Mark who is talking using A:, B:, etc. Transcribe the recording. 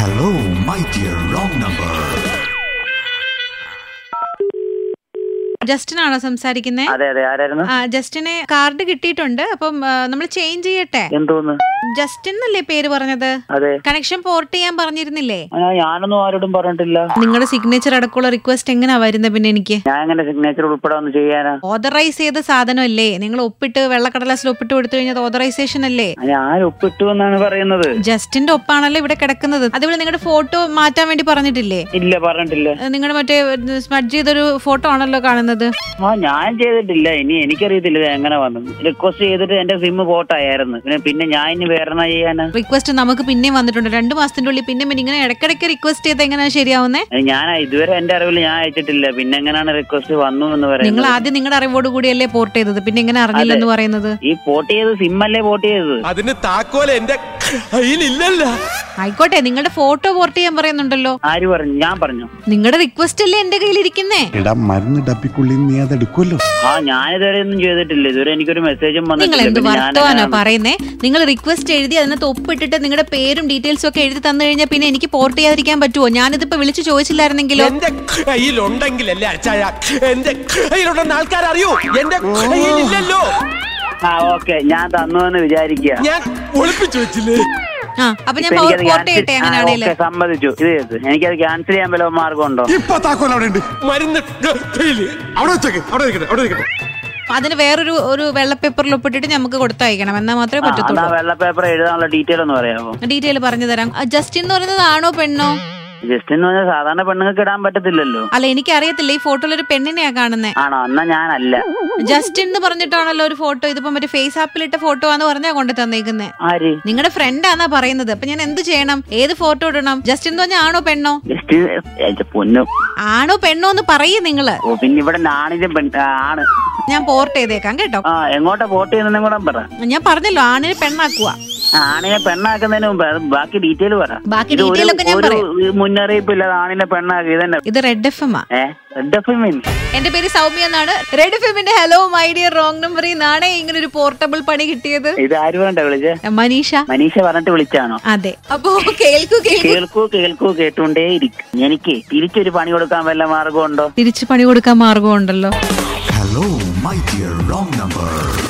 A: Hello, my dear wrong number.
B: Justin ആണോ സംസാരിക്കുന്നേ
C: അതെ അതെ ആരായിരുന്നു
B: ആ ജസ്റ്റിന് കാർഡ് കിട്ടിയിട്ടുണ്ട് അപ്പം നമ്മൾ ചേഞ്ച് ചെയ്യട്ടെ
C: എന്തോന്ന്
B: ജസ്റ്റിൻ എന്നല്ലേ പേര് പറഞ്ഞത്
C: അതെ
B: കണക്ഷൻ പോർട്ട് ചെയ്യാൻ പറഞ്ഞിരുന്നില്ലേ
C: ആ, ഞാനൊന്നും ആരോടും പറഞ്ഞിട്ടില്ല
B: നിങ്ങളുടെ സിഗ്നേച്ചർ അടക്കമുള്ള റിക്വസ്റ്റ് എങ്ങനെയാ വരുന്നത് പിന്നെ എനിക്ക്
C: ഞാൻ എങ്ങനെ സിഗ്നേച്ചർ ഉൾപ്പെടെ ഒന്ന് ചെയ്യാനാ
B: ഓതറൈസ് ചെയ്ത സാധനമല്ലേ നിങ്ങൾ ഒപ്പിട്ട് വെള്ളക്കടലാസിൽ ഒപ്പിട്ട് കൊടുത്തു കഴിഞ്ഞാൽ ഓതറൈസേഷൻ അല്ലേ
C: ആ, ഞാൻ ഒപ്പിട്ടു എന്നാണ് പറയുന്നത്
B: ജസ്റ്റിന്റെ ഒപ്പാണല്ലോ ഇവിടെ കിടക്കുന്നത് അതുപോലെ നിങ്ങളുടെ ഫോട്ടോ മാറ്റാൻ വേണ്ടി പറഞ്ഞിട്ടില്ലേ
C: ഇല്ല പറഞ്ഞിട്ടില്ല
B: നിങ്ങളുടെ മറ്റേ സ്മഡ് ചെയ്തൊരു ഫോട്ടോ ആണല്ലോ കാണുന്നത്
C: ആ ഞാൻ ചെയ്തിട്ടില്ല ഇനി എനിക്കറിയത്തില്ല ഇത് എങ്ങനെ വന്നു റിക്വസ്റ്റ് ചെയ്തിട്ട് എന്റെ സിം പോട്ടായിരുന്നു പിന്നെ പിന്നെ ഞാൻ ഇനി വേറെ എന്നാ ചെയ്യാനാ
B: റിക്വസ്റ്റ് നമുക്ക് പിന്നെ വന്നിട്ടുണ്ട് രണ്ട് മാസത്തിന്റെ ഉള്ളിൽ പിന്നെ പിന്നെ ഇങ്ങനെ ഇടയ്ക്കിടയ്ക്ക് റിക്വസ്റ്റ് ചെയ്ത് എങ്ങനെയാ ശരിയാവുന്നേ
C: ഏ, ഞാൻ ഇതുവരെ എന്റെ അറിവിൽ ഞാൻ അയച്ചിട്ടില്ല പിന്നെ എങ്ങനെയാണ് റിക്വസ്റ്റ് വന്നു എന്ന്
B: നിങ്ങൾ
C: പറയുന്നത്
B: ആദ്യം നിങ്ങളുടെ അറിവോട് കൂടിയല്ലേ പോർട്ട് ചെയ്തത് പിന്നെ ഇങ്ങനെ അറിഞ്ഞില്ലെന്ന് പറയുന്നത്
C: ഈ പോട്ട് ചെയ്ത് സിം അല്ലേ പോട്ട് ചെയ്തത്
D: അതിന് താക്കോൽ എന്റെ കയ്യിലില്ലല്ല
B: ആയിക്കോട്ടെ നിങ്ങളുടെ ഫോട്ടോ പോർട്ട് ചെയ്യാൻ പറയുന്നുണ്ടല്ലോ
C: ആര് പറഞ്ഞു ഞാൻ പറഞ്ഞു
B: നിങ്ങളുടെ റിക്വസ്റ്റ് അല്ലേ എന്റെ കയ്യിൽ ഇരിക്കുന്നേ
A: എടാ മരുന്ന് ഡപ്പിക്കുള്ളിൽ നീ അതെടുക്കുമല്ലോ
C: ആ ഞാൻ ഇതുവരെ ഒന്നും ചെയ്തിട്ടില്ല ഇതുവരെ എനിക്കൊരു മെസ്സേജും
B: നിങ്ങൾ
C: വന്നിട്ടില്ല
B: എന്ത്
C: പിന്നെ ഞാൻ
B: വർത്തമാനാ
C: എങ്ങനെയാണ്
B: പറയുന്നേ നിങ്ങൾ റിക്വസ്റ്റ് എഴുതി അതിനകത്ത് ഒപ്പിട്ടിട്ട് നിങ്ങളുടെ പേരും ഡീറ്റെയിൽസും ഒക്കെ എഴുതി തന്നു കഴിഞ്ഞാൽ പിന്നെ എനിക്ക് പോർട്ട് ചെയ്യാതിരിക്കാൻ പറ്റുമോ ഞാനിതിപ്പോ വിളിച്ചു ചോദിച്ചില്ലായിരുന്നെങ്കിലോ
D: എന്റെ കയ്യിലുണ്ടെങ്കിലല്ലേ അച്ചായ എന്റെ കയ്യിലുണ്ടെന്ന് ആൾക്കാരറിയൂ എന്റെ കയ്യിലില്ലല്ലോ
C: ആ ഓക്കെ ഞാൻ തന്നു എന്ന് വിചാരിക്കുക
D: ഞാൻ ഒളിപ്പിച്ചു വെച്ചില്ലേ
B: ആ അപ്പൊ ഞാൻ
C: ഇപ്പൊ
B: പവർ
C: എനിക്കത്
B: പോർട്ട് ചെയ്യട്ടെ
C: cancel- ആ,
B: അങ്ങനെയാണെങ്കിൽ
C: ഓക്കേ, സമ്മതിച്ചു ഇത് ചെയ്ത്. എനിക്കത് ക്യാൻസൽ ചെയ്യാൻ വല്ല മാർഗമുണ്ടോ
A: ഇപ്പൊ താക്കോൽ അവിടെ ഉണ്ട്
D: മരുന്ന് കയ്യില്
A: അവിടെ വെച്ചേക്ക് അവിടെ ഇരിക്കട്ടെ അവിടെ ഇരിക്കട്ടെ
B: അതിന് വേറൊരു ഒരു വെള്ള പേപ്പറിൽ ഒപ്പിട്ടിട്ട് നമുക്ക് കൊടുത്തയക്കണം എന്നാൽ മാത്രമേ
C: ആ, എന്നാ
B: പറ്റത്തുള്ളൂ
C: വെള്ള പേപ്പർ എഴുതാനുള്ള ഡീറ്റെയിൽ ഒന്ന് പറയാമോ
B: ഡീറ്റെയിൽ പറഞ്ഞു തരാം ആ, ജസ്റ്റിൻ എന്ന് പറയുന്നത് ആണോ പെണ്ണോ
C: ജസ്റ്റ് എന്ന് പറഞ്ഞാൽ സാധാരണ പെണ്ണുങ്ങൾക്ക് ഇടാൻ പറ്റത്തില്ലല്ലോ
B: അല്ല എനിക്കറിയത്തില്ല ഈ ഫോട്ടോയിൽ ഒരു പെണ്ണിനെയാ കാണുന്നേ
C: ആണോ എന്നാ ഞാനല്ല
B: ജസ്റ്റിൻ എന്ന് പറഞ്ഞിട്ടാണല്ലോ ഒരു ഫോട്ടോ ഇതിപ്പോ മറ്റേ ഫേസ് ആപ്പിലിട്ട ഫോട്ടോ ആന്ന് പറഞ്ഞാ കൊണ്ട് തന്നേക്കുന്നേ
C: ആര്
B: നിങ്ങളുടെ ഫ്രണ്ട് ആന്നാ പറയുന്നത് അപ്പൊ ഞാൻ എന്ത് ചെയ്യണം ഏത് ഫോട്ടോ ഇടണം ജസ്റ്റിൻ എന്ന് പറഞ്ഞാൽ ആണോ പെണ്ണോ
C: ജസ്റ്റ് പൊന്നു
B: ആണോ പെണ്ണോ എന്ന് പറയൂ നിങ്ങള്
C: ഓ പിന്നെ ഇവിടെ നാണിലും പെൺ ആ, ആണ്
B: ഞാൻ പോർട്ട് ചെയ്തേക്കാം കേട്ടോ
C: ആ എങ്ങോട്ടാ വോട്ട് ചെയ്യുന്നതെന്നും കൂടെ പറ
B: ഞാൻ പറഞ്ഞല്ലോ ആണിനെ പെണ്ണാക്കുക
C: ആ, ആണിനെ പെണ്ണാക്കുന്നതിന് മുമ്പ് അത് ബാക്കി ഡീറ്റെയിൽ പറ
B: ബാക്കി
C: ഇത് ഒരു-
B: detail ഒക്കെ ഞാൻ
C: ഒരു
B: പറയാം.
C: മുന്നറിയിപ്പ് ഇല്ലാതെ ആണിനെ പെണ്ണാക്കി ഇതന്നെ
B: ഇത് റെഡ് എഫ് എം ആ
C: ഏഹ് റെഡ് എഫ്
B: എന്റെ പേര് സൗമ്യ എന്നാണ് റെഡ് ഫിമിന്റെ ഹലോ മൈ ഡിയർ റോങ് നമ്പറിൽ നിന്നാണ് ഇങ്ങനെ ഒരു പോർട്ടബിൾ പണി കിട്ടിയത്
C: ഇത് ആര് പറഞ്ഞ വിളിച്ചേ
B: മനീഷ
C: മനീഷ പറഞ്ഞിട്ട് വിളിച്ചാണോ
B: അതെ അപ്പോ കേൾക്കൂ കേൾക്കൂ
C: കേൾക്കൂ കേൾക്കൂ കേട്ടുകൊണ്ടേയിരിക്കും എനിക്ക് തിരിച്ചൊരു പണി കൊടുക്കാൻ വല്ല മാർഗമുണ്ടോ
B: തിരിച്ചു പണി കൊടുക്കാൻ മാർഗമുണ്ടല്ലോ
A: Hello, my dear wrong number.